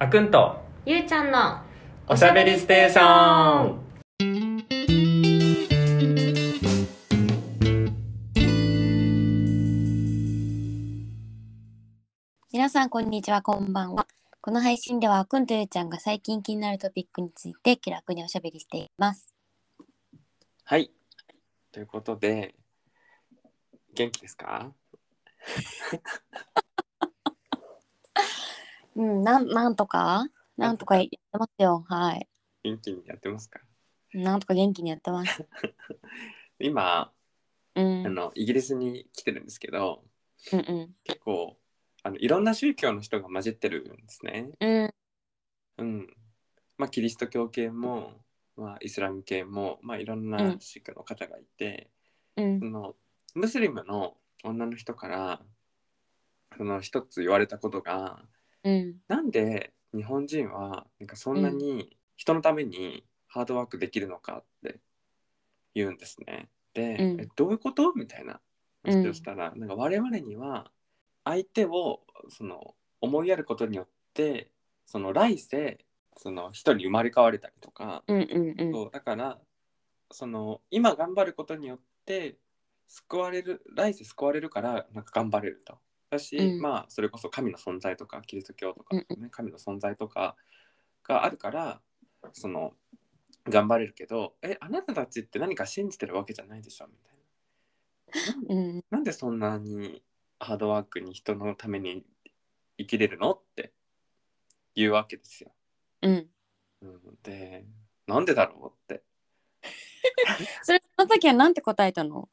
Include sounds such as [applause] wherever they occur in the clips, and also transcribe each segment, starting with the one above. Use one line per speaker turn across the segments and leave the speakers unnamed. あくんと
ゆうちゃんの
おしゃべりステーション
皆さんこんにちはこんばんはこの配信ではあくんとゆうちゃんが最近気になるトピックについて気楽におしゃべりしています
はいということで元気ですか
うんなんなんとかなんとかやってますよはい
元気にやってますか
なんとか元気にやってます
今、
うん
あのイギリスに来てるんですけど
うんうん
結構あのいろんな宗教の人が混じってるんですね
うん
うんまあキリスト教系も、まあ、イスラム系も、まあ、いろんな宗教の方がいて、
うん
そのムスリムの女の人からその一つ言われたことが
うん
なんで日本人はなんかそんなに人のためにハードワークできるのかって言うんですね。で、
うん
えどういうことみたいな
うん
話をしたら、なんか我々には相手をその思いやることによってその来世その人に生まれ変われたりとか、
うんうんうん
そうだからその今頑張ることによって救われる来世救われるからなんか頑張れると。だし、
うん
まあそれこそ神の存在とかキリスト教とか、
う
ね
ん
神の存在とかがあるからその頑張れるけどえあなたたちって何か信じてるわけじゃないでしょみたいな。
うん
なんでそんなにハードワークに人のために生きれるのって言うわけですよ。
うん
うん、でなんでだろうって
それその時はなんて答えたの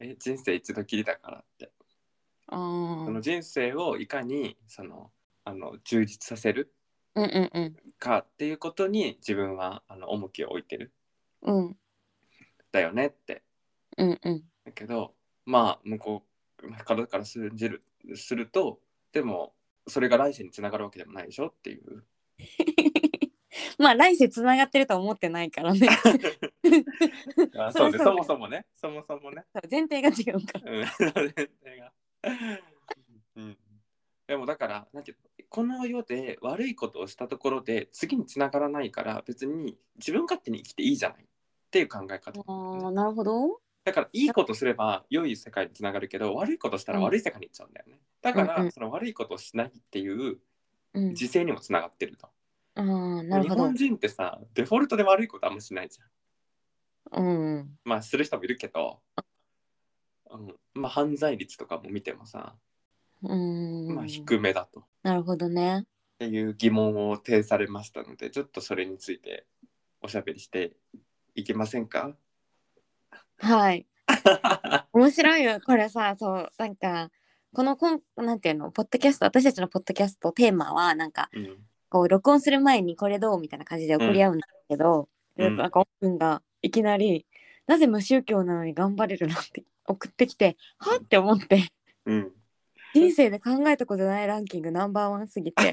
え人生一度きりだからって
あ
その
ー
人生をいかにそのあの充実させる
うんうんうん
かっていうことに自分はあの重きを置いてる
うん
だよねって
うんうん [laughs]
だけどまあ向こうからから信じるするとでもそれが来世につながるわけでもないでしょっていう
まあ来世つながってるとは思ってないから [laughs] ね
あ
そ
そう
そう
うねそもそもねそもそもね
前提が違うから
うんうんでもだからなんていうのこの世で悪いことをしたところで次につながらないから別に自分勝手に生きていいじゃないっていう考え方
あーなるほど
だからいいことすれば良い世界につながるけど悪いことしたら悪い世界に行っちゃうんだよね、だか
うんうん
らその悪いことをしないっていう
うん
自制にもつながってると、
あーなる
日
ほど
本人ってさデフォルトで悪いことあんましないじゃん
うんうん
まあする人もいるけど、うん、まあ犯罪率とかも見てもさ
うーん
まあ低めだと
なるほどね。
っていう疑問を呈されましたのでちょっとそれについておしゃべりしていけませんか
はい。面白いよ。これさ、そう、なんか、このこん、なんていうの、ポッドキャスト、私たちのポッドキャストテーマは、なんか、
うん
こう、録音する前にこれどうみたいな感じで怒り合うんだけど、
うんうん
なんか、おっくんがいきなり、なぜ無宗教なのに頑張れるのって [laughs] 送ってきて、はって思って、
うん、
人生で考えたことないランキングナンバーワンすぎ
[laughs]
て、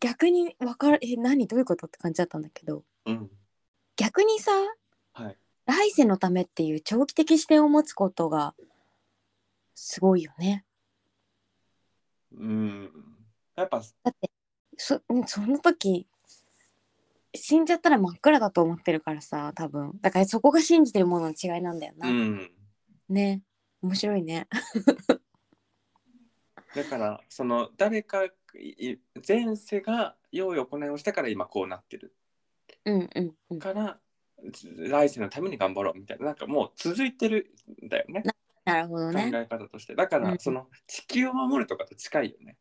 逆に分かる、え、何どういうことって感じだったんだけど、
うん、
逆にさ、
はい
来世のためっていう長期的視点を持つことがすごいよね。
うん、やっぱ
そその時死んじゃったら真っ暗だと思ってるからさ多分だからそこが信じてるものの違いなんだよな。
うん
ね面白いね。 [laughs]
だからその誰かいい前世が良い行いをしたから今こうなってる
うんうんうん、
から来世のために頑張ろうみたいななんかもう続いてるんだよね
なるほど
考
ね。
え方としてだか
う
ら
ん
その地球を守るとかと近いよね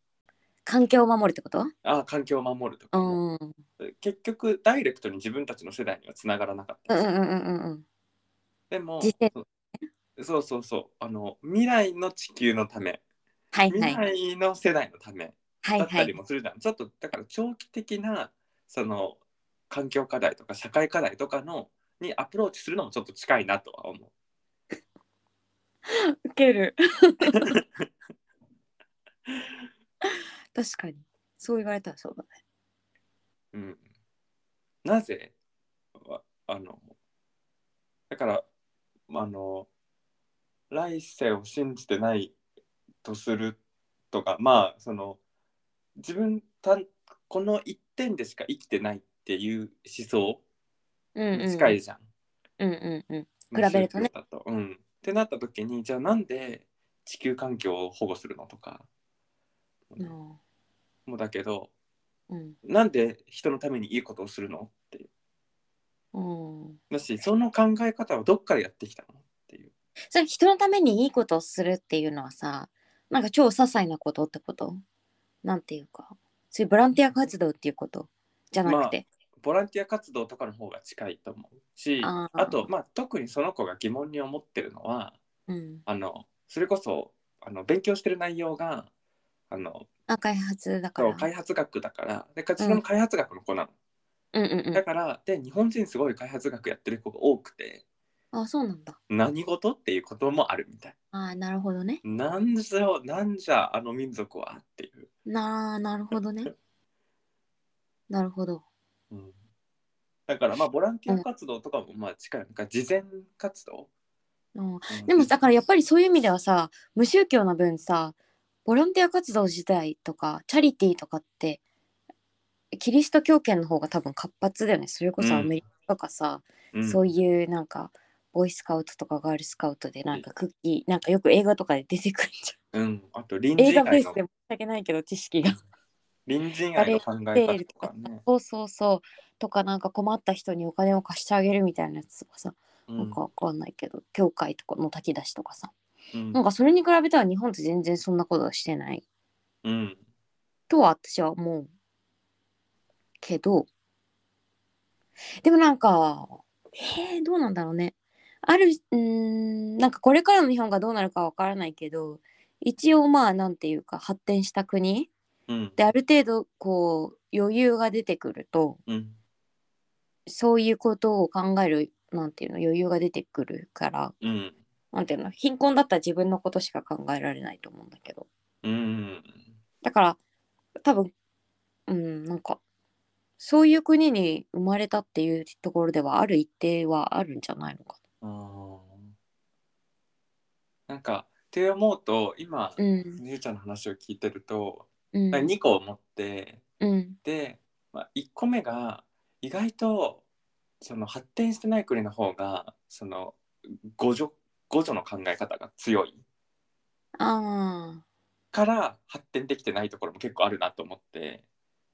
環境を守るってこと
ああ環境を守るとか
う
ね、
んうんうん
結局ダイレクトに自分たちの世代にはつながらなかっ
う
た、
んうんうん
でも
実践
そうそうそうそうあの未来の地球のため
はいは
未
い
来の世代のため
は
だ
い
っ
は
たり
い
もするじゃん、ちょっとだから長期的なその環境課題とか社会課題とかのにアプローチするのもちょっと近いなとは思
受ける [laughs] 確かにそう言われたらそうだね
う、うん、なぜわあのだからあの来世を信じてないとするとかまあその自分たこの一点でしか生きてないっていう思想
うんうん
に近いじゃん。
うんうんうん
まあ
比べるとね
宗教だとうん、ってなった時にじゃあなんで地球環境を保護するのとか
うん
もだけど
うん
なんで人のためにいいことをするのっていう
うん
だしその考え方はどっからやってきたのっていう
それ人のためにいいことをするっていうのはさなんか超些細なことってことなんていうかそういうボランティア活動っていうことじゃなくて、
ボランティア活動とかの方が近いと思うし
あ
あ
ー
と、まあ、特にその子が疑問に思ってるのは
うん、
あのそれこそあの勉強してる内容があの
あ開発だか
そう
ら
開発学だからでかつの開発学の子なの、
うんうんう
だからで日本人すごい開発学やってる子が多くて
んあそうなんだ
何事っていうこともあるみたい
あーなるほどね
なんじゃなんじゃあの民族はっていう、
なあなるほど [laughs] ねなるほど
うん、だからまあボランティア活動とかもまあ近いなんか事前活動、
うん
うん
でもだからやっぱりそういう意味ではさ無宗教な分さボランティア活動自体とかチャリティーとかってキリスト教圏の方が多分活発だよねそれこそ
うん
アメリカとかさ、
うん
そういうなんかボーイスカウトとかガールスカウトでなんかクッキーなんかよく映画とかで出てくるじ
うん、あと臨
ゃん
時
映
以
画ベー
外
ス
の
で申し訳ないけど知識が
隣人愛の考え方とかね。
そうそうそうとかなんか困った人にお金を貸してあげるみたいなやつとかさ、
う
なんかわかんないけど教会とかの炊き出しとかさ
うん
なんかそれに比べたら日本って全然そんなことはしてない
うん
とは私は思うけどでもなんかえー、どうなんだろうねあるうーんなんかこれからの日本がどうなるかわからないけど一応まあなんていうか発展した国
うん
である程度こう余裕が出てくると
うん
そういうことを考えるなんていうの余裕が出てくるから
うん
なんていうの貧困だったら自分のことしか考えられないと思うんだけど
うん
だから多分うんなんかそういう国に生まれたっていうところではある一定はあるんじゃないのか
あーなんかって思うと今
な。うん
ゆうちゃんの話を聞いてると、
うん
なんか2個思って
うん
で、まあ、1個目が意外とその発展してない国の方がその互助互助の考え方が強い
あ
から発展できてないところも結構あるなと思って。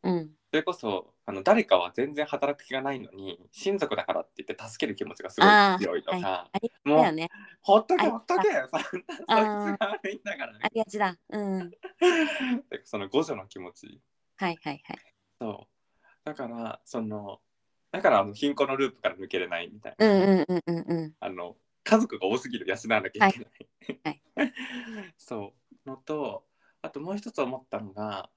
あうん
それこそあの誰かは全然働く気がないのに親族だからって言って助ける気持ちがすごい強いとか、
あり
もう、
だよね
ほっとけ
あ
ほっとけそんなそいつ
あー
が悪いんだから
ありがちだうん
ね [laughs] でその互助の気持ち
はいはいはい
そうだからそのだからあの貧困のループから抜けれないみたいな、
うんうんうんうんうん
あの家族が多すぎる養わなきゃいけない、
はい
[laughs] そうのとあともう一つ思ったのが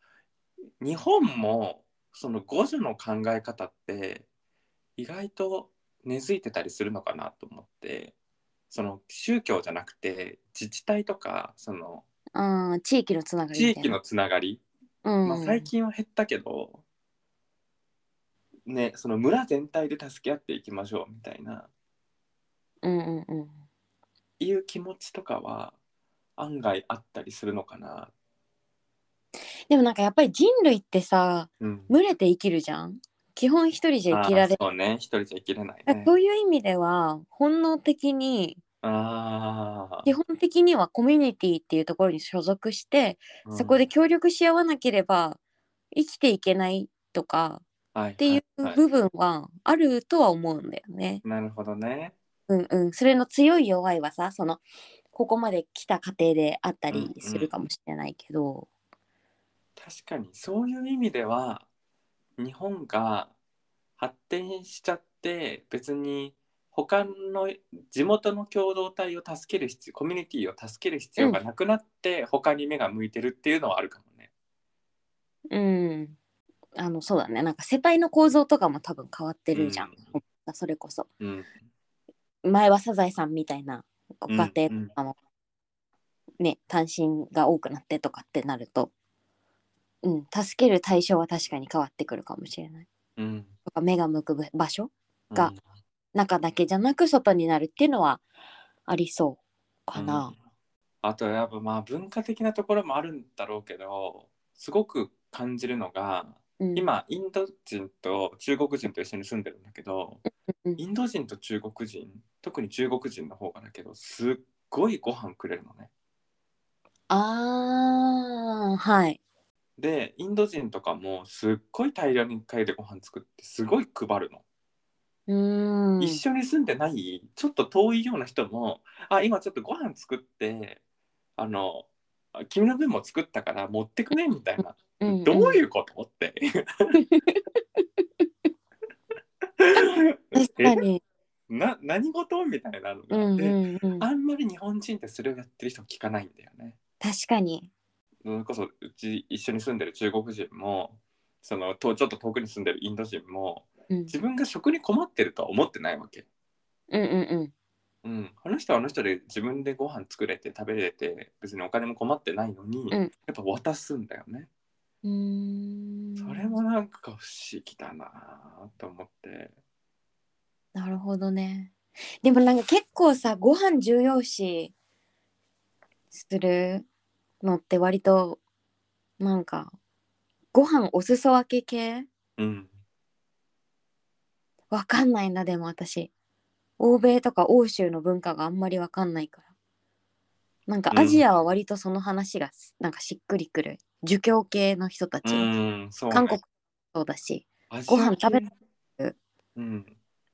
日本もその互助の考え方って意外と根付いてたりするのかなと思ってその宗教じゃなくて自治体とかその
あー地域のつながり
地
みたい
域
な
のつながり、
うん
まあ、最近は減ったけど、ね、その村全体で助け合っていきましょうみたいな
うんうんうん
いう気持ちとかは案外あったりするのかな。
でもなんかやっぱり人類ってさ
うん、
群れて生きるじゃん基本一人じゃ生きられ
あーそうね、一人じゃ生きれない
ない
ね。
そういう意味では本能的に
あ
基本的にはコミュニティっていうところに所属して、
あ、
そこで協力し合わなければ生きていけないとか
っ
っていう
はい
部分はあるとは思うんだよね。
なるほどね。
うんうん、それの強い弱いはさそのここまで来た過程であったりするかもしれないけど、
確かにそういう意味では日本が発展しちゃって別に他の地元の共同体を助ける必要コミュニティを助ける必要がなくなって他に目が向いてるっていうのはあるかもね。
うん、あのそうだねなんか世帯の構造とかも多分変わってるじゃん、それこそ
うん、
前はサザエさんみたいなご家庭
うんうん
とかも、ね単身が多くなってとかってなると、うん、助ける対象は確かに変わってくるかもしれない
うん
とか目が向く場所
う
が
ん
中だけじゃなく外になるっていうのはありそうか
う。
なん
あとやっぱまあ文化的なところもあるんだろうけどすごく感じるのが
うん、
今インド人と中国人と一緒に住んでるんだけど
うん
インド人と中国人特に中国人の方がだけどすっごいご飯くれるのね。
ああはい
でインド人とかもすっごい大量に1回でご飯作ってすごい配るの。
うーん
一緒に住んでないちょっと遠いような人も「あ今ちょっとご飯作ってあの君の分も作ったから持ってくね」みたいな「
うん
どういううこと?」って。
[laughs] ん確かに
えな何事みたいなの
う
があっ
ん
て、
うんうん
あんまり日本人ってそれをやってる人聞かないんだよね。
確かに
それこそうち一緒に住んでる中国人もそのとちょっと遠くに住んでるインド人も
うん
自分が食に困ってるとは思ってないわけ。
うんうん
うん、あの人はあの人で自分でご飯作れて食べれて別にお金も困ってないのに、
うん
やっぱ渡すんだよね。
うんうーん
それもなんか不思議だなと思って。
なるほどねでもなんか結構さご飯重要視するのって割となんかご飯お裾分け系
うん、
わかんないなでも私欧米とか欧州の文化があんまりわかんないからなんかアジアは割とその話がすなんかしっくりくる儒教系の人たち、
うん、そうね、
韓国もそうだし
味
ご飯食べる
うん、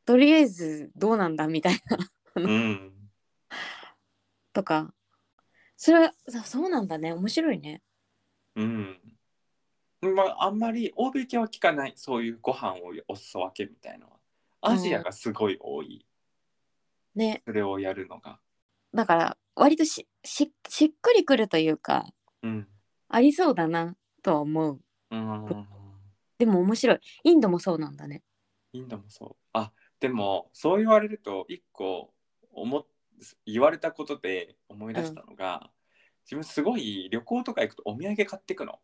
とりあえずどうなんだみたいな
うん、
とかそれはそそうなんだね面白いね
うん。まあ、あんまり欧米系は聞かないそういうご飯をお裾分けみたいなのはアジアがすごい多い、
ね
それをやるのが、
だから割としししっくりくるというか
うん
ありそうだなとは思う
うん、
でも面白いインドもそうなんだね
インドもそうあでもそう言われると一個思っ言われたことで思い出したのが、自分すごい旅行とか行くとお土産買ってくの、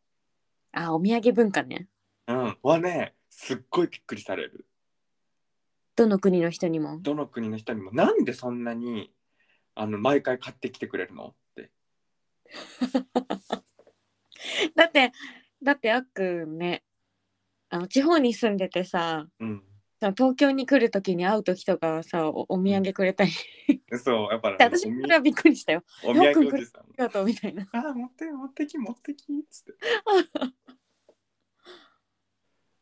あお土産文化ね
うん、はねすっごいびっくりされる
どの国の人にも [laughs]
どの国の人にもなんでそんなにあの毎回買ってきてくれるのって
だってだってあっくんねあの地方に住んでてさ
うん
その東京に来る時に会う時とかはさおお土産くれたり、
そうやっぱり
私もそれはびっくりしたよ
お土産おじさん
ありがとうみたいな
あー持って持ってき持ってきっつって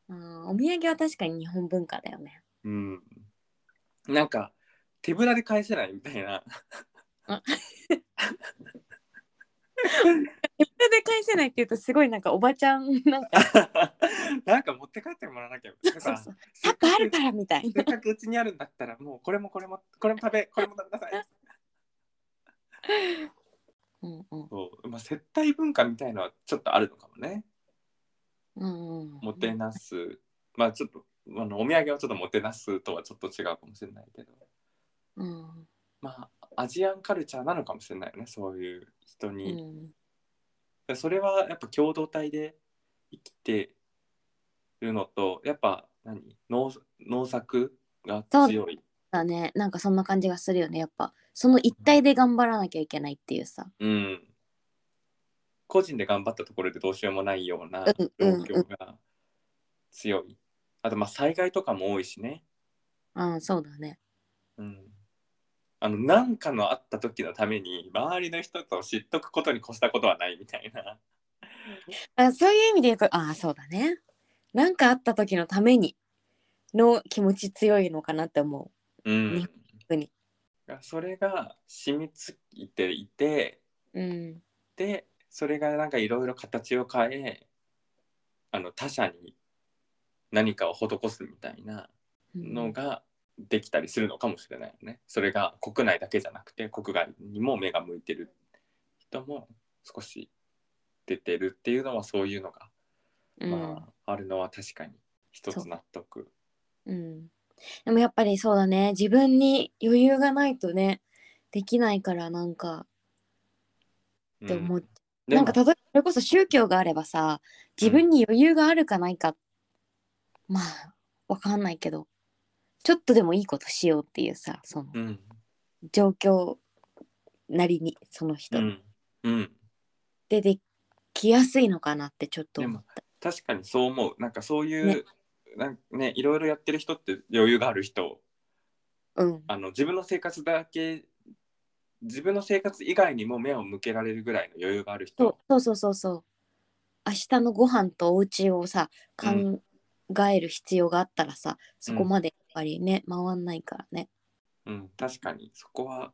うんお土産は確かに日本文化だよね
うんなんか手ぶらで返せないみたいな [laughs]
手ぶらで返せないって言うとすごいなんかおばちゃんなんか
なんか持って帰ってもらわなきゃ。
そうそうそうタッパーあるからみたいな
せっかくうちにあるんだったら、もうこれもこれも、これも食べ、これも食べなさい。
うんうん
そう、まあ、接待文化みたいのはちょっとあるのかもね。
うんうん
もてなす。まあ、ちょっと、あの、お土産はちょっともてなすとはちょっと違うかもしれないけど。
うん
まあ、アジアンカルチャーなのかもしれないよね。そういう人
う
に。
ん
それはやっぱ共同体で生きてるのと、やっぱ何、農、農作が強い。
だねなんかそんな感じがするよねやっぱその一体で頑張らなきゃいけないっていうさ
うん、個人で頑張ったところでどうしようもないような
うん
状
うん
況が強い、あとまあ災害とかも多いしね、
うんそうだね
うん、あの何かのあった時のために周りの人と知っとくことに越したことはないみたいな、
あそういう意味で言うとああそうだねなんかあった時のためにの気持ち強いのかなって思
う
ね
ん
本、
それが染みついていて
ううん
でそれがなんかいろいろ形を変えあの他者に何かを施すみたいな
うん
のができたりするのかもしれないよね。それが国内だけじゃなくて国外にも目が向いてる人も少し出てるっていうのはそういうのが、
うん
まあ、あるのは確かに一つ納得。
うんでもやっぱりそうだね自分に余裕がないとねできないからなんか
うん
って思っ
で
なん
も
か例えばそれこそ宗教があればさ自分に余裕があるかないか、まあわかんないけどちょっとでもいいことしようっていうさその
うん
状況なりにその人
うんうん
でできやすいのかなってちょっと思った。
確かにそう思うなんかそういう、
ね
なんねいろいろやってる人って余裕がある人
うん
あの自分の生活だけ自分の生活以外にも目を向けられるぐらいの余裕がある人
そうそうそうそうそう明日のご飯とお家をさ考える必要があったらさ、そこまでやっぱりね回んないからね
うん、確かにそこは、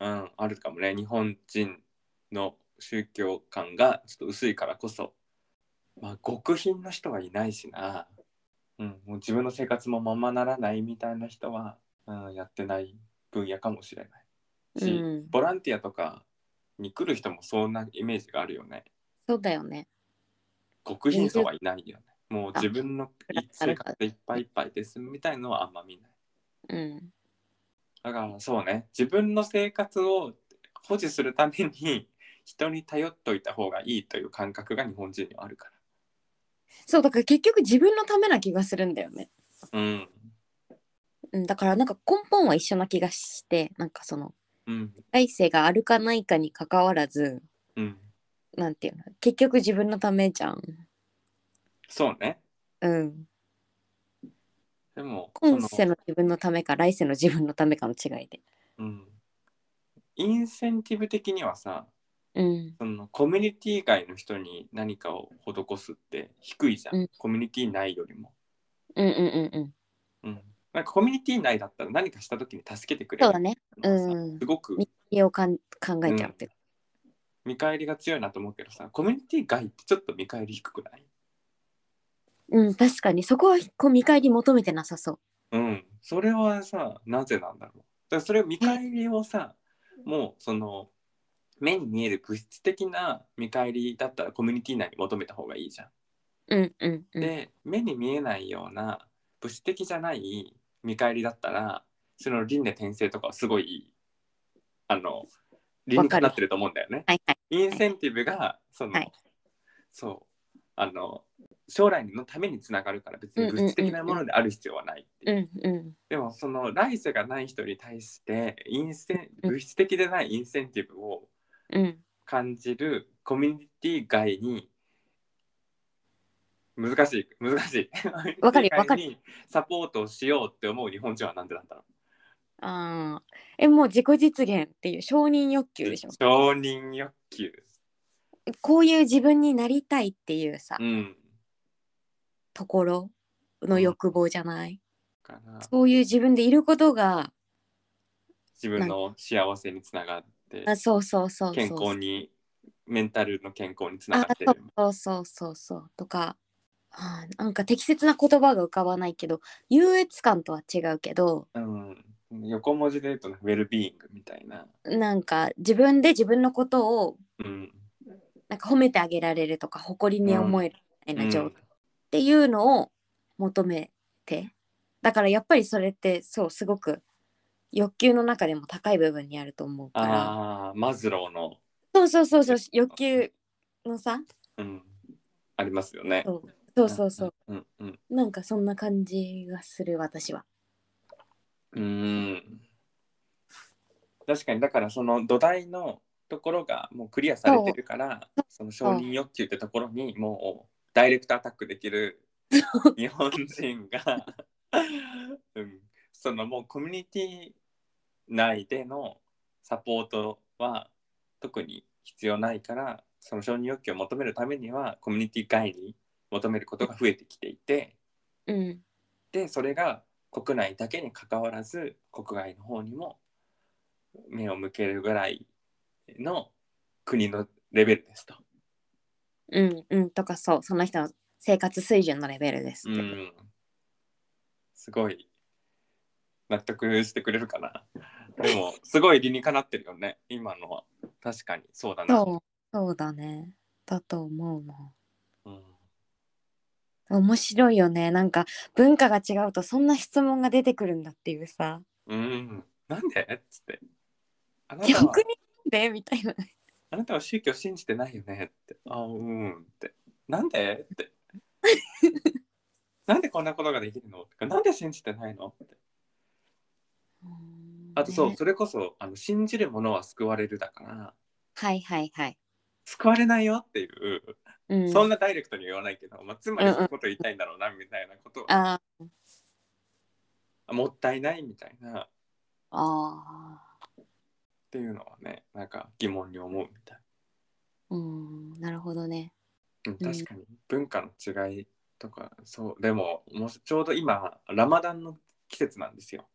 うん、あるかもね日本人の宗教観がちょっと薄いからこそ、まあ、極貧の人はいないしな、うん、もう自分の生活もままならないみたいな人は、うん、やってない分野かもしれないし、
うん
ボランティアとかに来る人もそんなイメージがあるよね
そうだよね
極貧層はいないよねもう
あ
自分の生活でいっぱいいっぱいですみたいのはあんま見ない。
うん
だからそうね自分の生活を保持するために [laughs] 人に頼っといた方がいいという感覚が日本人にはあるか
そうだから結局自分のためな気がするんだよね
らうん
うん、だからなんか根本は一緒な気がしてなんかその
うん
来世があるかないかにかかわらず
うん
なんていうの結局自分のためじゃん。
そうね
うん、
でもそ
今世の自分のためか来世の自分のためかの違いで。
うん、インセンティブ的にはさ
うん、
そのコミュニティ外の人に何かを施すって低いじゃん、
うん
コミュニティ内よりも、
うんうんうんうん
うん、なんかコミュニティ内だったら何かした時に助けてくれ
そう
る
だね
のはさ
うん
すごく
家をかん考えちゃうって、
見返りが強いなと思うけどさコミュニティ外ってちょっと見返り低くない
うん確かにそこはこう見返り求めてなさそう
うん、それはさ、なぜなんだろう。だからそれを見返りをさ、もうその目に見える物質的な見返りだったらコミュニティ内に求めた方がいいじゃん。
うんうんうん
で、目に見えないような物質的じゃない見返りだったら、その輪廻転生とかはすごい、あの、理にかなってると思うんだよね。
はいはい
インセンティブが、その、
はい
そう、あの、将来のためにつながるから別に物質的なものである必要はないっていう。
うんうん
でもその来世がない人に対してインセン物質的でないインセンティブを
うん
感じるコミュニティ外に難しい難しい
わ
[laughs]
かるよ
外にサポートをしようって思う日本人はなんでなんだろう
あーえもう自己実現っていう承認欲求でしょ
承認欲求
こういう自分になりたいっていうさ、
うん
ところの欲望じゃない、
かな
そういう自分でいることが
自分の幸せにつながって
あそうそうそうそう
健康にメンタルの健康につな
あ
がってる
そうそうそうそうとか、はあ、なんか適切な言葉が浮かばないけど優越感とは違うけど
うん、横文字で言うとねウェルビーイングみたいな
なんか自分で自分のことを
うん
なんか褒めてあげられるとか誇りに思えるみたいな状
う
態
ん
っていうのを求めてだからやっぱりそれってそうすごく欲求の中でも高い部分にあると思うから
ああーマズローの、
そうそうそうそう欲求のさ
うん、ありますよね。
そうそうそうそう
うんうん
なんかそんな感じがする私は。
うん、うん確かにだからその土台のところがもうクリアされてるからその承認欲求ってところにもうダイレクトアタックできる日本人が、 [laughs] うん、そのもうコミュニティ内でのサポートは特に必要ないからその承認欲求を求めるためにはコミュニティ外に求めることが増えてきていて。
うん、
でそれが国内だけに関わらず国外の方にも目を向けるぐらいの国のレベルですと。
うん、うんとかそうその人の生活水準のレベルです
う
って。
ん、すごい納得してくれるかな。でもすごい理にかなってるよね今のは確かにそうだな。
そうそうだねだと思うな。
うん
面白いよねなんか文化が違うとそんな質問が出てくるんだっていうさ
うん、なんでっつってあなたは
逆になんでみたいな
あなたは宗教信じてないよねって。あうんって。なんでって。なんでこんなことができるのってなんで信じてないのって。あとそう、
ね
それこそあの信じるものは救われるだから、
はいはいはい
救われないよっていう
うん、
そんなダイレクトには言わないけど、まあ、つまりそういうことを言いたいんだろうなみたいなことを
あー
あもったいないみたいなっ
あ
ていうのはねなんか疑問に思うみたい
ーうんなるほどね
な、うん、
うん
確かに文化の違いとかそうでももうちょうど今ラマダンの季節なんですよ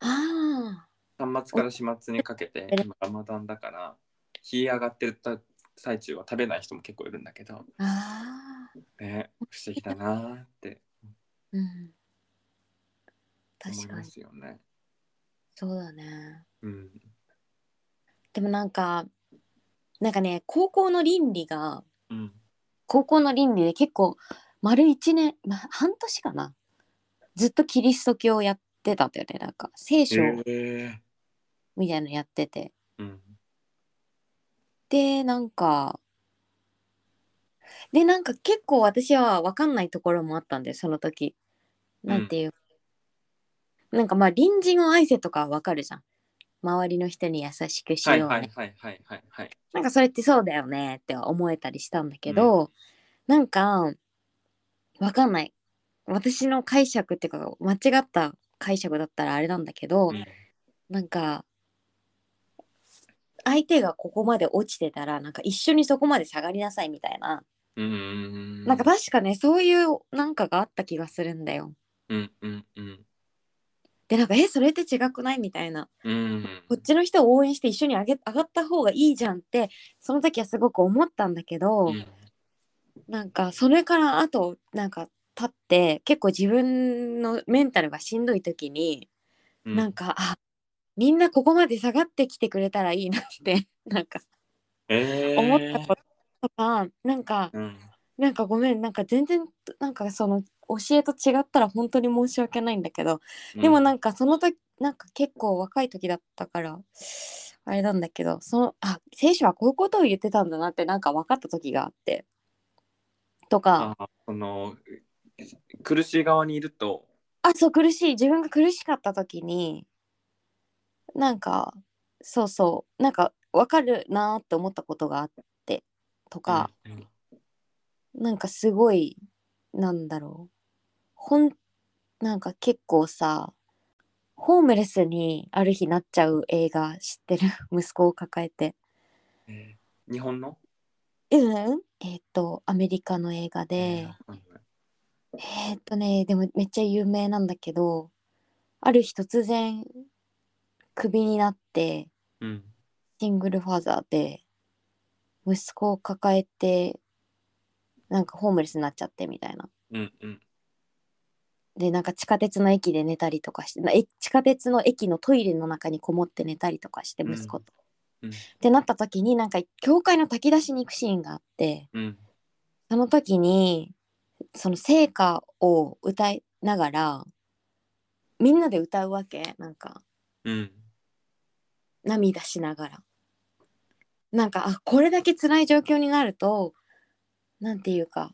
ああ
端末から始末にかけて今ラマダンだから日上がってた最中は食べない人も結構いるんだけど
あー
ね不思議だなーって
うん
思
確
い
か
ま
に
すよね。
そうだね
うん、
でもなんかなんかね高校の倫理が
うん、
高校の倫理で結構丸1年、まあ、半年かなずっとキリスト教をやってたんだよねなんか聖書
え
みたいなのやってて、
ー、うん
でなんかでなんか結構私は分かんないところもあったんでその時なんていう、なんかまあ隣人を愛せとかは分かるじゃん周りの人に優しくしよ
は
う
い
ね、
はいはいはいはいはい。
なんかそれってそうだよねって思えたりしたんだけど、なんかわかんない私の解釈っていうか間違った解釈だったらあれなんだけど、
うん
なんか相手がここまで落ちてたらなんか一緒にそこまで下がりなさいみたいな、
うんうん
なんか確かねそういうなんかがあった気がするんだよ。
うんうんうん
でなんかえそれって違くないみたいな
うん
こっちの人を応援して一緒に上げ上がった方がいいじゃんってその時はすごく思ったんだけど。
うん
なんかそれからあとなんか経って結構自分のメンタルがしんどい時に、
うん
なんかあみんなここまで下がってきてくれたらいいなって [laughs] なんか
えー
思ったこととか、なんか
うん
なんかごめんなんか全然なんかその教えと違ったら本当に申し訳ないんだけど、でもなんかその時なんか結構若い時だったからあれなんだけどそのあ聖書はこういうことを言ってたんだなってなんか分かった時があってとか。
あその苦しい側にいると
あそう苦しい自分が苦しかった時になんかそうそうなんか分かるなーって思ったことがあってとか、
うん
なんかすごいなんだろうほんなんか結構さホームレスにある日なっちゃう映画知ってる [laughs] 息子を抱えて
えー日本の
うんえっ、とアメリカの映画で、
うん
えーっとねでもめっちゃ有名なんだけどある日突然クビになって
うん
シングルファーザーで息子を抱えてなんかホームレスになっちゃってみたいな。
うんうん
でなんか地下鉄の駅で寝たりとかしてなえ地下鉄の駅のトイレの中にこもって寝たりとかして
うん
息子と。
うん
ってなった時になんか教会の炊き出しに行くシーンがあって
うん
その時にその聖歌を歌いながらみんなで歌うわけなんか
うん
涙しながらなんかあこれだけ辛い状況になるとなんていうか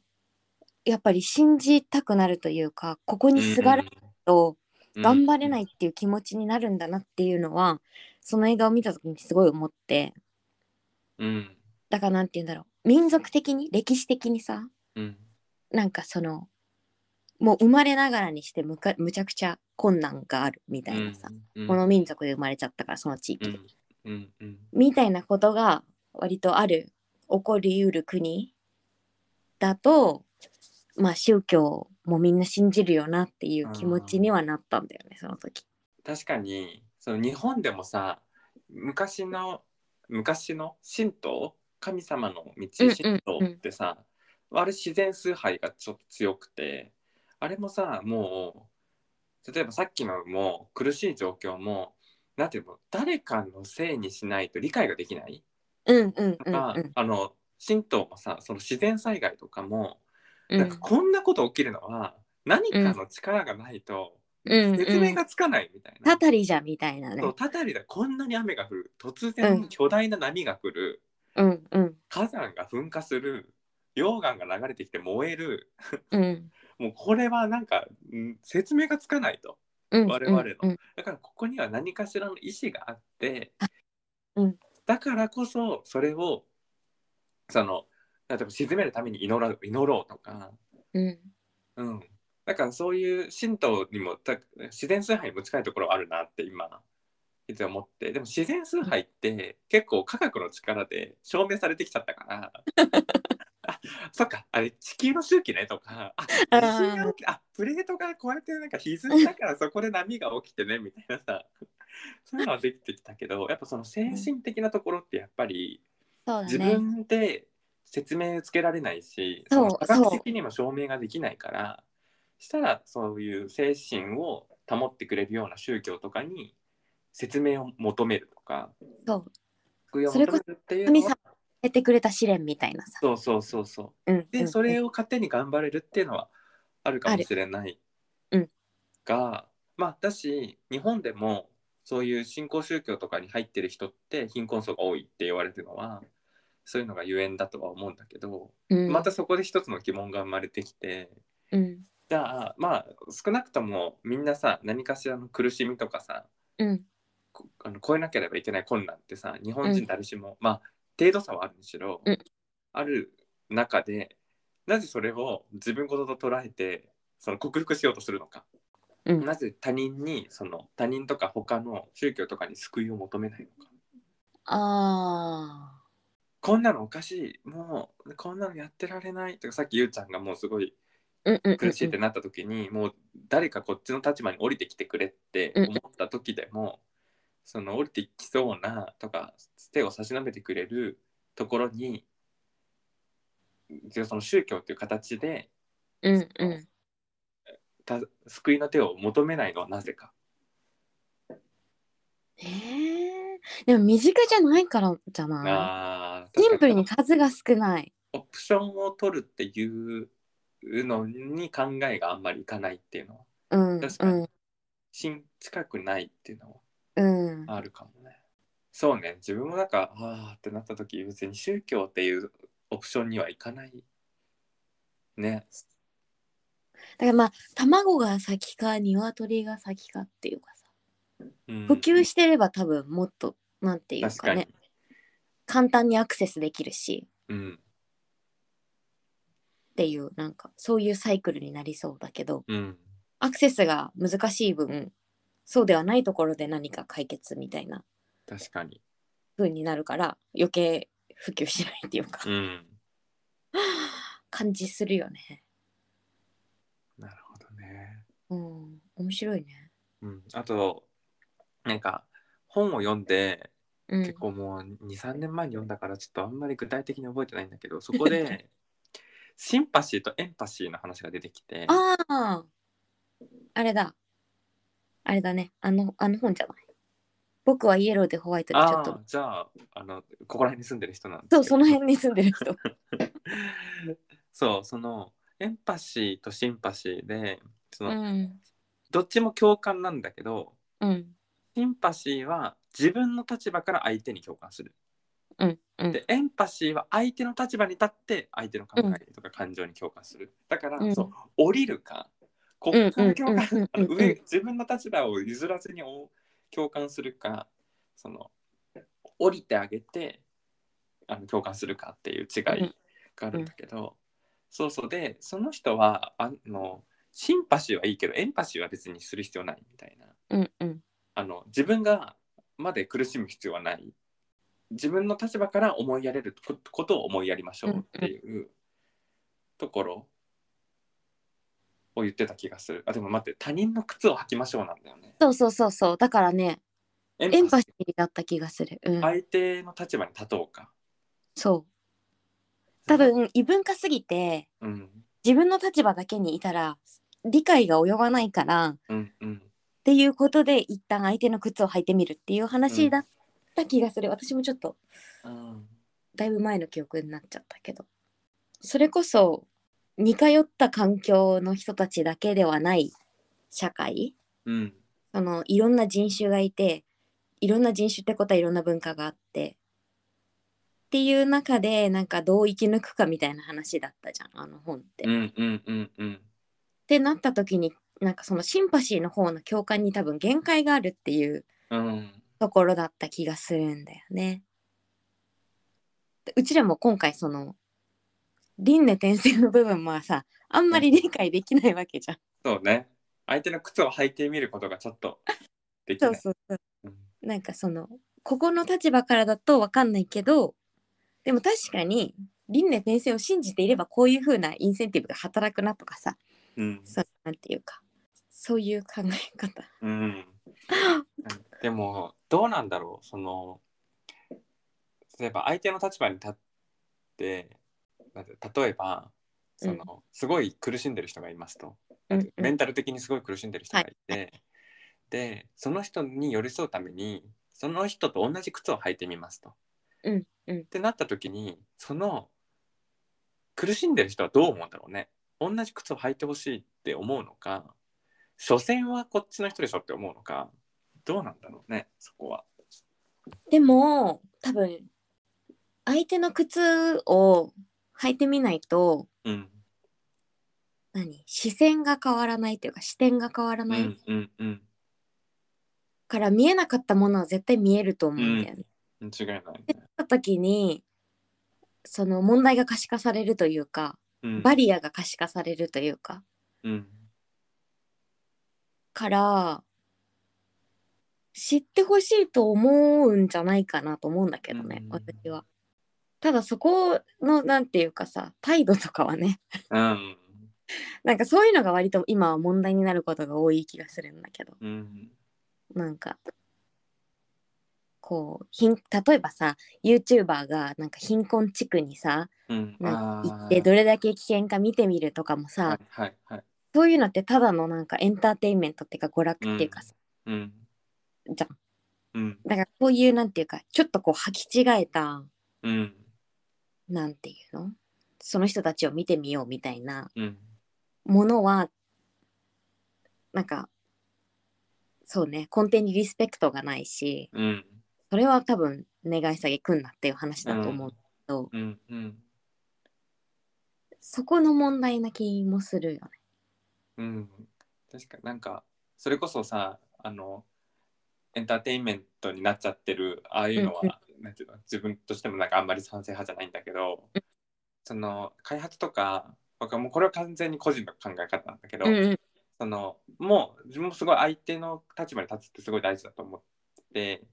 やっぱり信じたくなるというかここにすがらないと頑張れないいっていう気持ちになるんだなっていうのはその映画を見た時にすごい思って
うん
だからなんて言うんだろう民族的に歴史的にさ
うん
なんかそのもう生まれながらにしてむかむちゃくちゃ困難があるみたいなさ、
うん
この民族で生まれちゃったからその地
う
域で、
んうんうん
みたいなことが割とある起こりうる国だとまあ宗教もみんな信じるよなっていう気持ちにはなったんだよねその時。
確かにその日本でもさ昔の昔の神道神様の道
うんうん
神道ってさ、あれ自然崇拝がちょっと強くてあれもさもう例えばさっきのもう苦しい状況もなんていうの誰かのせいにしないと理解ができない
うんうん
と
うん
か、
うん
あの神道もさその自然災害とかも、
う
なんか
ん
こんなこと起きるのは何かの力がないと
うんうん
説明がつかないみたいな。
たたりじゃんみたいなね
そ。うたたりだこんなに雨が降る突
う
然
ん
巨大な波が来る、
うんうん
火山が噴火する溶岩が流れてきて燃える
うん
もうこれはなんか、うん説明がつかないと
うん。
我々の
うん
だからここには何かしらの意思があって、
うん
だからこそそれをそのなんか多分沈めるために祈ら祈ろうとか、
うん
うん、だからそういう神道にもた自然崇拝にも近いところあるなって今いつも思ってでも自然崇拝って結構科学の力で [laughs] 証明されてきちゃったからあそっかあれ地球の周期ねとかあ
あー
地震が起きあプレートがこうやってなんか歪んだからそこで波が起きてねみたいなさそういうのはできてきたけどやっぱその精神的なところってやっぱり
そうだ
自
ね
分で説明つけられないし、
そう
の科学的にも証明ができないからしたらそういう精神を保ってくれるような宗教とかに説明を求めるとか
そう
救いを求めるっていうの
それこ
は
出てくれた試練みたいなさ
そうそうそうそう
うん
で、
うん
それを糧に頑張れるっていうのはあるかもしれない
ある
が、まあだし日本でもそういう新興宗教とかに入ってる人って貧困層が多いって言われてるのはそういうのがゆえんだとは思うんだけど、
うん
またそこで一つの疑問が生まれてきて
うん
じゃあまあ少なくともみんなさ何かしらの苦しみとかさ
うん
こあの超えなければいけない困難ってさ日本人誰しも、まあ程度差はあるにしろ、
うん
ある中でなぜそれを自分事と捉えてその克服しようとするのか、
うん
なぜ他人にその他人とか他の宗教とかに救いを求めないのか
あ
こんなのおかしいもうこんなのやってられないとかさっきゆうちゃんがもうすごい
ーうんうんうんうん
苦しいってなった時に、もう誰かこっちの立場に降りてきてくれって
うん
思った時でも、その降りてきそうなとか手を差し伸べてくれるところに一応その宗教という形で
うんうん
た救いの手を求めないのはなぜか。
えーでも身近じゃないからじゃない
あー
シンプル
確か
に数が少ない
オプションを取るっていうのに考えがあんまりいかないっていうのは
うん
確
う
かに
ん
親近くないっていうのは
うん
あるかもね。そうね、自分もなんか、ああってなった時、別に宗教っていうオプションにはいかない。ね、
だからまあ卵が先か鶏が先かっていうかさ
うん
普及してれば多分もっとなんていうかね
確
簡単にアクセスできるし
う
っ
ん、
ていうなんかそういうサイクルになりそうだけど
うん、
アクセスが難しい分そうではないところで何か解決みたいな
確かに。
風になるから余計普及しないっていうか
うん、
感じするよね。
なるほどね。
うん面白いね。
うん、あと、なんか、本を読んで、
うん、
結構もう2、3年前に読んだから、ちょっとあんまり具体的に覚えてないんだけど、そこ
[laughs]
で、シンパシーとエンパシーの話が出てきて、
あああれだあれだねあのあの本じゃない。僕はイエローでホワイトでちょっ
あ
と
ーじゃあ、あの、ここら辺に住んでる人なんですけ
そ
ど
うその辺に住んでる
[laughs]
人。
そうそのエンパシーとシンパシーでそうの、
ん
どっちも共感なんだけど
うん
シンパシーは自分の立場から相手に共感する
うんうん
でエンパシーは相手の立場に立って相手の考えとか感情に共感する、だから、
うん
そう降りるかこっから共
うんうん
感あの
うんうん
上自分の立場を譲らずにお共感するかその降りてあげてあの共感するかっていう違いがあるんだけど、そうそうでその人はあのシンパシーはいいけどエンパシーは別にする必要ないみたいな
うんうん
あの自分がまで苦しむ必要はない自分の立場から思いやれるこことを思いやりましょうっていうところを言ってた気がするあでも待って他人の靴を履きましょうなんだよね
そうそうそうそうだからね
エ
エンパ
パ
シーだった気がする。うん、
相手の立場に立とうか
そう多分異文化すぎて
うん
自分の立場だけにいたら理解が及ばないからっ
うんうん
ていうことで一旦相手の靴を履いてみるっていう話だった気がする、私もちょっと
うん
だいぶ前の記憶になっちゃったけどそれこそ似通った環境の人たちだけではない社会
うん
そのいろんな人種がいていろんな人種ってことはいろんな文化があってっていう中でなんかどう生き抜くかみたいな話だったじゃんあの本って。
う
っ
んうんうんうん
てなった時になんかそのシンパシーの方の共感に多分限界があるっていう
うん
ところだった気がするんだよね。でうちらも今回その輪廻転生の部分もさあんまり理解できないわけじゃん。
そうね相手の靴を履いてみることがちょっとできな
そ
いう
そうそう
うん
なんかそのここの立場からだと分かんないけどでも確かに輪廻転生を信じていればこういう風なインセンティブが働くなとかさ
うん
そうなんていうかそういう考え方。
うん、でもどうなんだろうその例えば相手の立場に立ってなんて例えばその、
うん
すごい苦しんでる人がいますと、
うんうん
メンタル的にすごい苦しんでる人がいて、でその人に寄り添うためにその人と同じ靴を履いてみますと。
うんうん
ってなった時にその苦しんでる人はどう思うんだろうね同じ靴を履いてほしいって思うのか所詮はこっちの人でしょって思うのかどうなんだろうねそこは。
でも多分相手の靴を履いてみないと
うん、
何視線が変わらないというか視点が変わら
う
ない
んうんうん
から見えなかったものは絶対見えると思うんだよね。
間違いないね。
った時にその問題が可視化されるというか、
うん、
バリアが可視化されるというか
うん
から知ってほしいと思うんじゃないかなと思うんだけどね、
うん
私は。ただそこのなんていうかさ態度とかはね [laughs]
うん
なんかそういうのが割と今は問題になることが多い気がするんだけど
うん
なんかこう貧例えばさ YouTuber がなんか貧困地区にさ
うん
なんか行
あー
ってどれだけ危険か見てみるとかも
は
さ
いはいはい。
そういうのってただのなんかエンターテインメントっていうか娯楽っていうかさ、
うん
じゃん
うん
だからこういうなんていうかちょっとこう履き違えた
うん
なんていうのその人たちを見てみようみたいな
うん
ものはなんかそうね根底にリスペクトがないし
うん
それは多分願い下げくんなっていう話だと思うけど、
うんうん
そこの問題な気もするよね。
うん、確かになんかそれこそさあのエンターテインメントになっちゃってるああいうのは、
うん
なんていうの自分としてもなんかあんまり賛成派じゃないんだけど、その開発とか僕はもうこれは完全に個人の考え方なんだけど、
うんうん
そのもう自分もすごい相手の立場に立つってすごい大事だと思ってて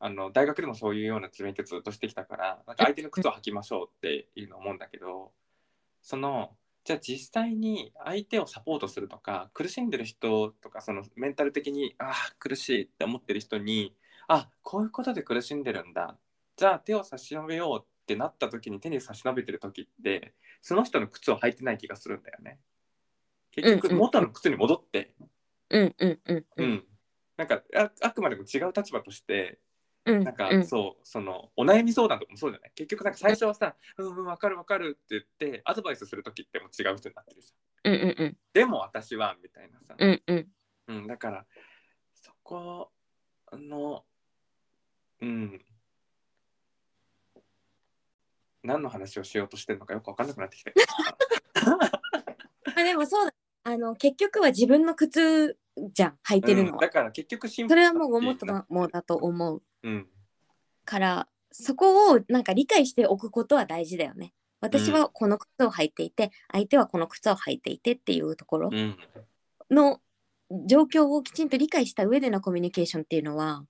あの大学でもそういうような勉強ずっとしてきたからなんか相手の靴を履きましょうっていうのを思うんだけどそのじゃあ実際に相手をサポートするとか苦しんでる人とかそのメンタル的にああ苦しいって思ってる人にあこういうことで苦しんでるんだじゃあ手を差し伸べようってなった時に手に差し伸べてる時ってその人の靴を履いてない気がするんだよね。結
う
局
んうん
元の靴に戻って、
うんうんうん
う
うんん
なんかああくまでも違う立場として
うん
なんか、
うん
そうそのお悩み相談とかもそうじゃない結局なんか最初はさ「うんうん分かる分かる」って言ってアドバイスする時ってもう違う人になってるじゃん。
うんうん
でも私はみたいなさ、
うんうん
うん、だからそこのうん何の話をしようとしてるのかよく分かんなくなって
[laughs]
きて
あでもそうだあの結局は自分の靴じゃん履いてるの
うん
は、
だから結局心
それはもうごもっとももだと思う
うん
からそこをなんか理解しておくことは大事だよね私はこの靴を履いていて、相手はこの靴を履いていてっていうところ
うん
の状況をきちんと理解した上でのコミュニケーションっていうのは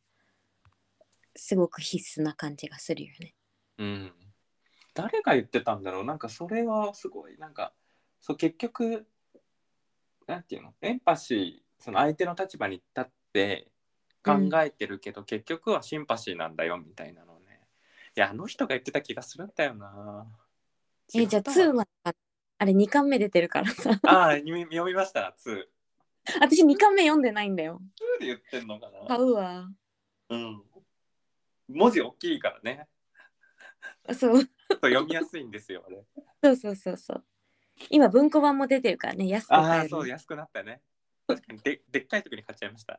すごく必須な感じがするよね。
うん、誰が言ってたんだろうなんかそれはすごいなんかそう結局なんていうのエンパシーその相手の立場に立って考えてるけど、結局はシンパシーなんだよみたいなのねいやあの人が言ってた気がするんだよな
えじゃあ2はあれ2巻目出てるからさ [laughs]
ああ読み読みました2 2
私2巻目読んでないんだよ。
で言ってんのか
買
な
うわ。
うん文字大きいからね
そう
そう読みやすいんですよあれ
そうそうそうそう。今文庫版も出てるからね安く
あ
買え
あ
る。
そう安くなったね確かにででっかい時に買っちゃいました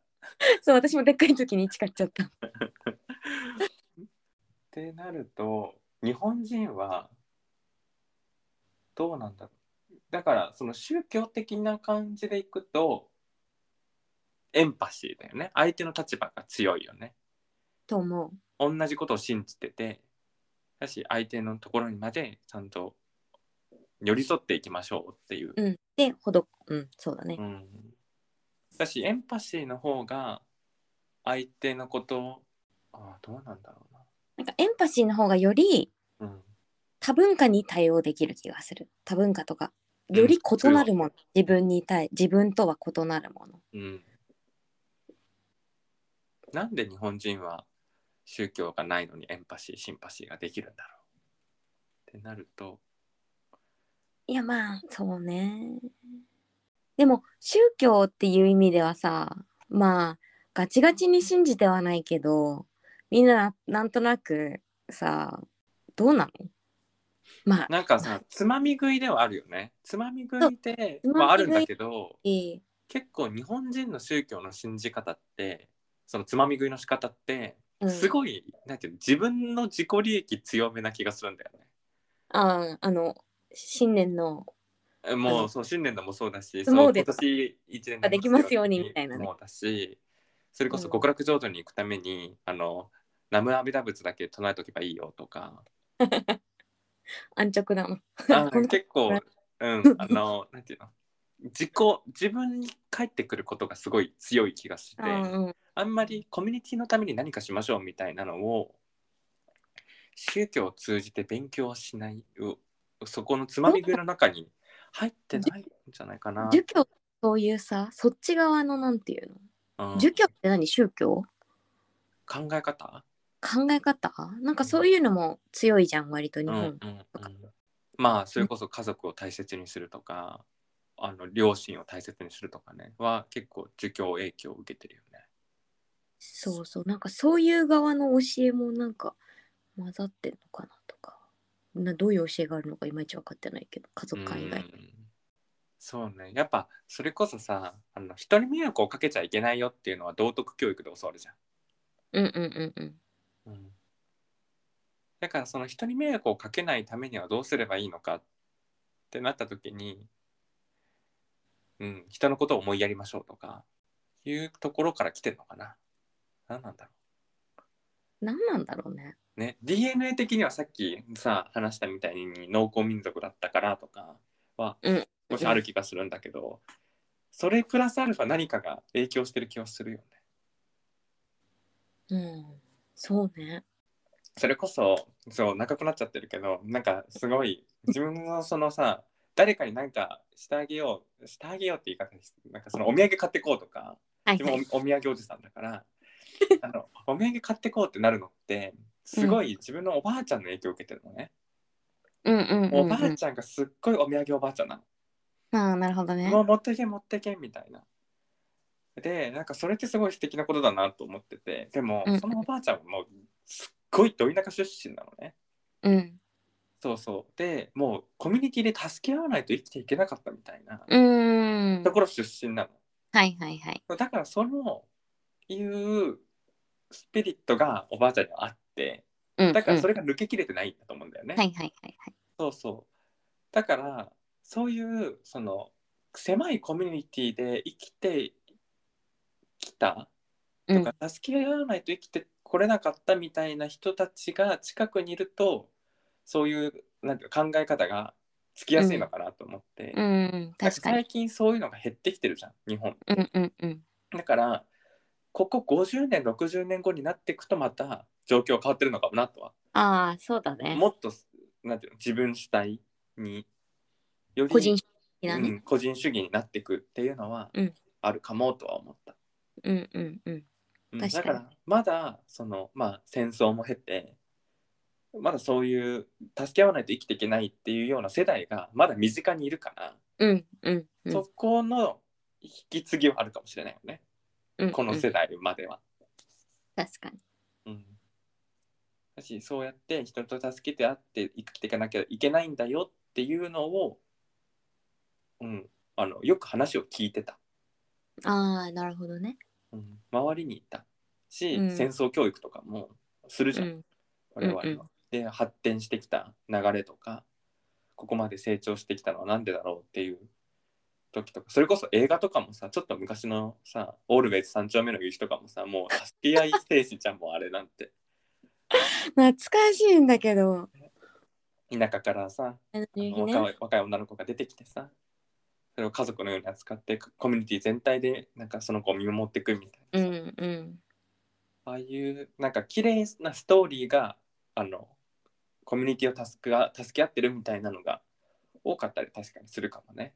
そう私もでっかい時に使っちゃった。
ってなると日本人はどうなんだろうだからその宗教的な感じでいくとエンパシーだよね相手の立場が強いよね
と思
同じことを信じててだし相手のところにまでちゃんと寄り添っていきましょうっていう。
うん、でほどうんそうだね
うん、だしエンパシーの方が相手のことをあーどうなんだろ
なんかエンパシーの方がより
うな。うん
多文化に対応できる気がする多文化とかより異なるもの、自分に対自分とは異なるもの
うん、なんで日本人は宗教がないのにエンパシーシンパシーができるんだろうってなると、
いやまあそうねでも宗教っていう意味ではさまあガチガチに信じてはないけどみんななんとなくさどうなのまあ
なんかさつまみ食いではあるよねつまみ食いって
そうつまみ食い
はあるんだけど
いい
結構日本人の宗教の信じ方ってそのつまみ食いの仕方って
うん
すごい、なんていうの自分の自己利益強めな気がするんだよね。
あああの新年の
え
う
もうんそう新年度もそうだし、
相撲
そう
で
今年一年
ができますようにみたいなね
もだし、それこそ
うん
極楽浄土に行くために、あのナムアミダ仏だけ唱えとけばいいよと
[laughs]
か、
安直なの
あ
この
結
[laughs]
構うんあのなんていうの。自己自分に返ってくることがすごい強い気がして
あーうん
あんまりコミュニティのために何かしましょうみたいなのを宗教を通じて勉強しないをそこのつまみ食いの中に入ってないんじゃないかな。
儒教そういうさそっち側のなんていう
うん
の儒教って何宗教
考え方、
考え方なんかそういうのも強いじゃん割と日
うん
本、
うんうんまあそれこそ家族を大切にするとかあの両親を大切にするとかねは結構儒教影響を受けてるよね。
そうそうなんかそういう側の教えもなんか混ざってるのかなとかなどういう教えがあるのかいまいち分かってないけど家族間以外
うんそうねやっぱそれこそさあの人に迷惑をかけちゃいけないよっていうのは道徳教育で教わるじゃん。
うんうんうんうん
うんだからその人に迷惑をかけないためにはどうすればいいのかってなった時に、うん、人のことを思いやりましょうとかいうところから来てるのかな。何なんだろ
何なんだろうね
う。ね DNA 的にはさっきさ話したみたいに農耕民族だったからとかは
うん
少しある気がするんだけど、それプラスアルファ何かが影響してる気はするよね。
うんそうね
それこそそう長くなっちゃってるけどなんかすごい自分のそのさ誰かに何かしてあげようしてあげようって言い方ですなんかそのお土産買ってこうとか
はい
自
は
分
い [laughs]
おお土産おじさんだからあのお土産買ってこうってなるのってすごい自分のおばあちゃんの影響を受けてるのね、
うんうんうん、
おばあちゃんがすっごいお土産おばあちゃんなの、
ああなるほどね
もう持ってけ持ってけみたいなでなんかそれってすごい素敵なことだなと思っててでも
うん
そのおばあちゃんはもうすっごいど田舎出身なのね
うん
そうそうでもうコミュニティで助け合わないと生きていけなかったみたいな
うーん
ところ出身な
はいはいはい
のだからそのいうスピリットがおばあちゃんにはあって
うん
だからそ
れ、
れが抜けきれてないんだと思うんだよね、
うんはいはいはいはい
そうそうだからそういうその狭いコミュニティで生きてきた
うん
とか助け合わないと生きてこれなかったみたいな人たちが近くにいるとそういうなんていうか考え方がつきやすいのかなと思って、
う
なんか
ん確かに
最近そういうのが減ってきてるじゃん日本
うんうんうん
だからここ50年60年後になっていくとまた状況変わってるのかもなとは
ああそうだね
もっとなんていうの自分主体により
個人主義だ
う
ね
ん個人主義になっていくっていうのは
うん
あるかもとは思った。
うんうんうん
うん
確か
だ
に
からまだそのまあ戦争も経てまだそういう助け合わないと生きていけないっていうような世代がまだ身近にいるから、
うんうんうん
そこの引き継ぎはあるかもしれないよね、
うん
この世代までは。
うん確かに
うんだしそうやって人と助けてあって生きていかなきゃいけないんだよっていうのを、うん、あのよく話を聞いてた、
ああなるほどね
うん、周りにいたし、
うん
戦争教育とかもするじゃん
うん
我々は。
うんうん
で発展してきた流れとかここまで成長してきたのは何でだろうっていう時とかそれこそ映画とかもさちょっと昔のさ「オールウェイズ三丁目の夕」とかもさもう助け合い精神じゃんもうあれなんて。
懐かしいんだけど
田舎からさ、
夕日
若
ね
い若い女の子が出てきてさそれを家族のように扱ってコミュニティ全体でなんかその子を見守っていくみたいな
う
さ、
んうん
ああいうなんか綺麗なストーリーがあのコミュニティを助け合助け合ってるみたいなのが多かったり確かにするかもね。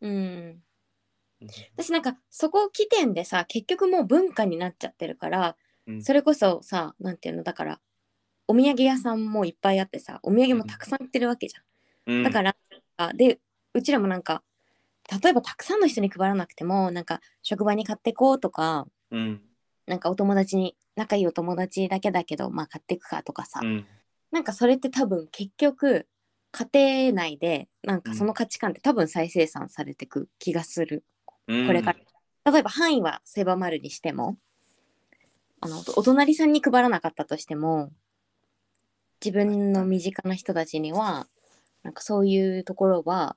うん
うん
私なんかそこ起点でさ結局もう文化になっちゃってるから、
うん
それこそさなんていうのだからお土産屋さんもいっぱいあってさお土産もたくさん売ってるわけじゃん。
うん、
だから、あでうちらもなんか例えばたくさんの人に配らなくてもなんか職場に買ってこうとか
うん
なんかお友達に仲いいお友達だけだけどまあ買ってくかとかさ、
うん
なんかそれって多分結局家庭内でなんかその価値観って多分再生産されてく気がする、
うん、
これから例えば範囲は狭まるにしてもあのお隣さんに配らなかったとしても自分の身近な人たちにはなんかそういうところは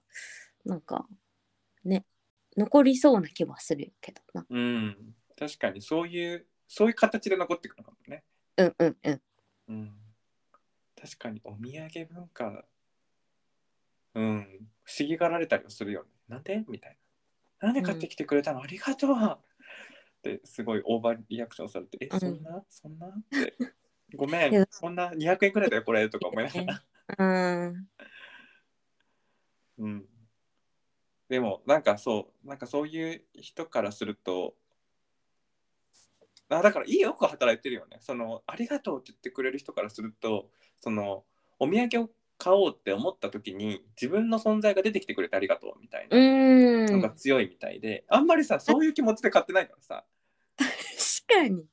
なんかね残りそうな気はするけどな
うん、確かにそういうそういう形で残っていくのかもね。
うんうんうん
うん、確かにお土産文化、うん、不思議がられたりはするよね。なんでみたいな。なんで買ってきてくれたの、ありがとうってすごいオーバーリアクションされて、
うん
え、そんなそんなって。ごめ
い
ん
や、
そんな200円くらいだよ、これとか思いながら。
うん
うん、でもなんかそうなんかそういう人からするとあだからいいよく働いてるよねそのありがとうって言ってくれる人からするとそのお土産を買おうって思った時に自分の存在が出てきてくれてありがとうみたいな
うん
のが
確
強いみたいで、あんまりさそういう気持ちで買ってないからさ
かに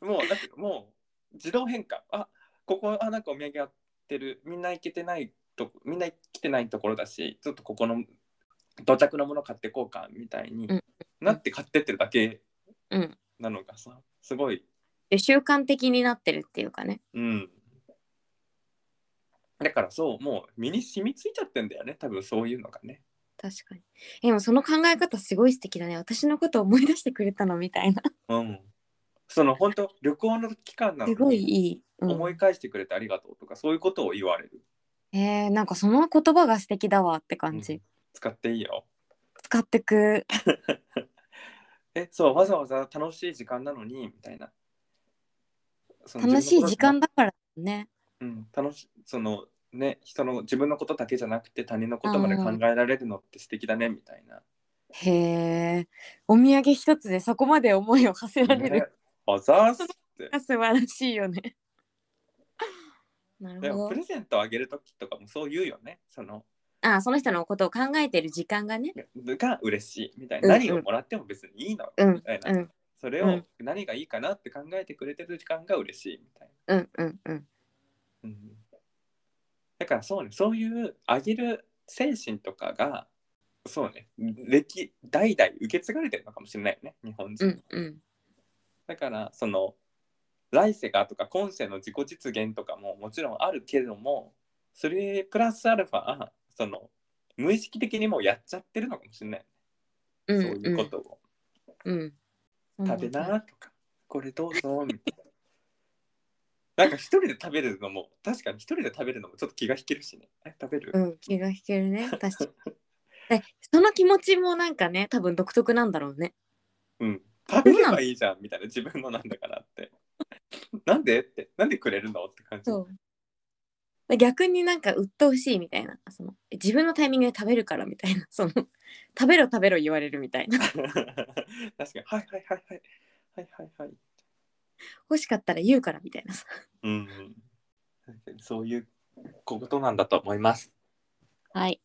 もうだってもう自動変化あここあなんかお土産やってるみんな行けてないとみんな来てないところだしちょっとここの土着のもの買ってこうかみたいに
うん
なって買ってってるだけ
うん
なのがさすごい
習慣的になってるっていうかね
うんだからそうもう身に染みついちゃってんだよね多分そういうのがね
確かにでもその考え方すごい素敵だね私のことを思い出してくれたのみたいな
うんその本当旅行の期間なの
すごい
に
いい、うん
思い返してくれてありがとうとかそういうことを言われる
えー、なんかその言葉が素敵だわって感じ、
うん使っていいよ
使ってく
えそうわざわざ楽しい時間なのにみたいなその
楽しい時間
自
だからね
分のことうん楽しそのね人の自分のことだけじゃなくて他人のことまで考えられるのって素敵だねみたいな、
へえお土産一つでそこまで思いを馳せられ
ね
る、
あ
[laughs]
ざーす
が素晴らしいよね [laughs] な
で
る
も
ほ
プ
ど
レゼントあげる時とかもそう言うよねその
あーその人のことを考えてる時間がね
が嬉しいみたい
うん
な、
うん
何をもらっても別にいいのよ、
うん
みたいな、
うん
それ
う
を
ん
何がいいかなって考えてくれてる時間が嬉しいみたいな
うんうんうん
うんだからそうねそういうあげる精神とかがそうね歴代々受け継がれてるのかもしれないよね日本人、
うんうん
だからその来世がとか今世の自己実現とかももちろんあるけれどもそれプラスアルファその無意識的にもうやっちゃってるのかもしれない、
うん
そういうことを
うんうん
食べなとか、これどうぞみたいな。なんか一人で食べるのも確かに一人で食べるのもちょっと気が引けるしね。え食べる、
うん、気が引けるね、
[laughs]
確かに。で、その気持ちもなんかね、多分独特なんだろうね。
うん、食べればいいじゃんみたいな自分のなんだからって。 [laughs] なんでってなんでくれるのって感じ。
そう。で逆になんか鬱陶しいみたいな、その自分のタイミングで食べるからみたいな、その食べろ食べろ言われるみたいな。
[laughs] 確かにはいはいはいはいはいはいはい。
[laughs] 欲しかったら言うからみたいなさ。
うん、そういうことなんだと思います。
はい。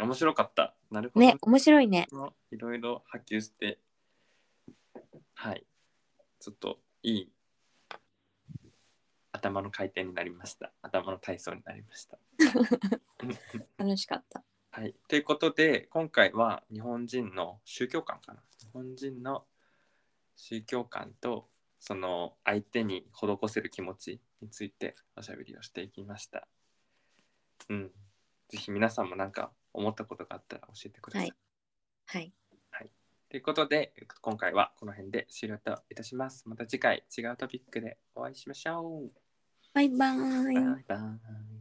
面白かった。なるほど、
ね、面白いね。
いろいろ波及して、はい、ちょっといい頭の回転になりました。頭の体操になりました。
楽しかった。
はい、ということで、今回は日本人の宗教観かな。日本人の宗教観と、その相手に施せる気持ちについておしゃべりをしていきました。うん。ぜひ皆さんもなんか思ったことがあったら教えてください。
はいはい。
ということで、今回はこの辺で終了といたします。また次回違うトピックでお会いしましょう。
バイバーイ
バイバイ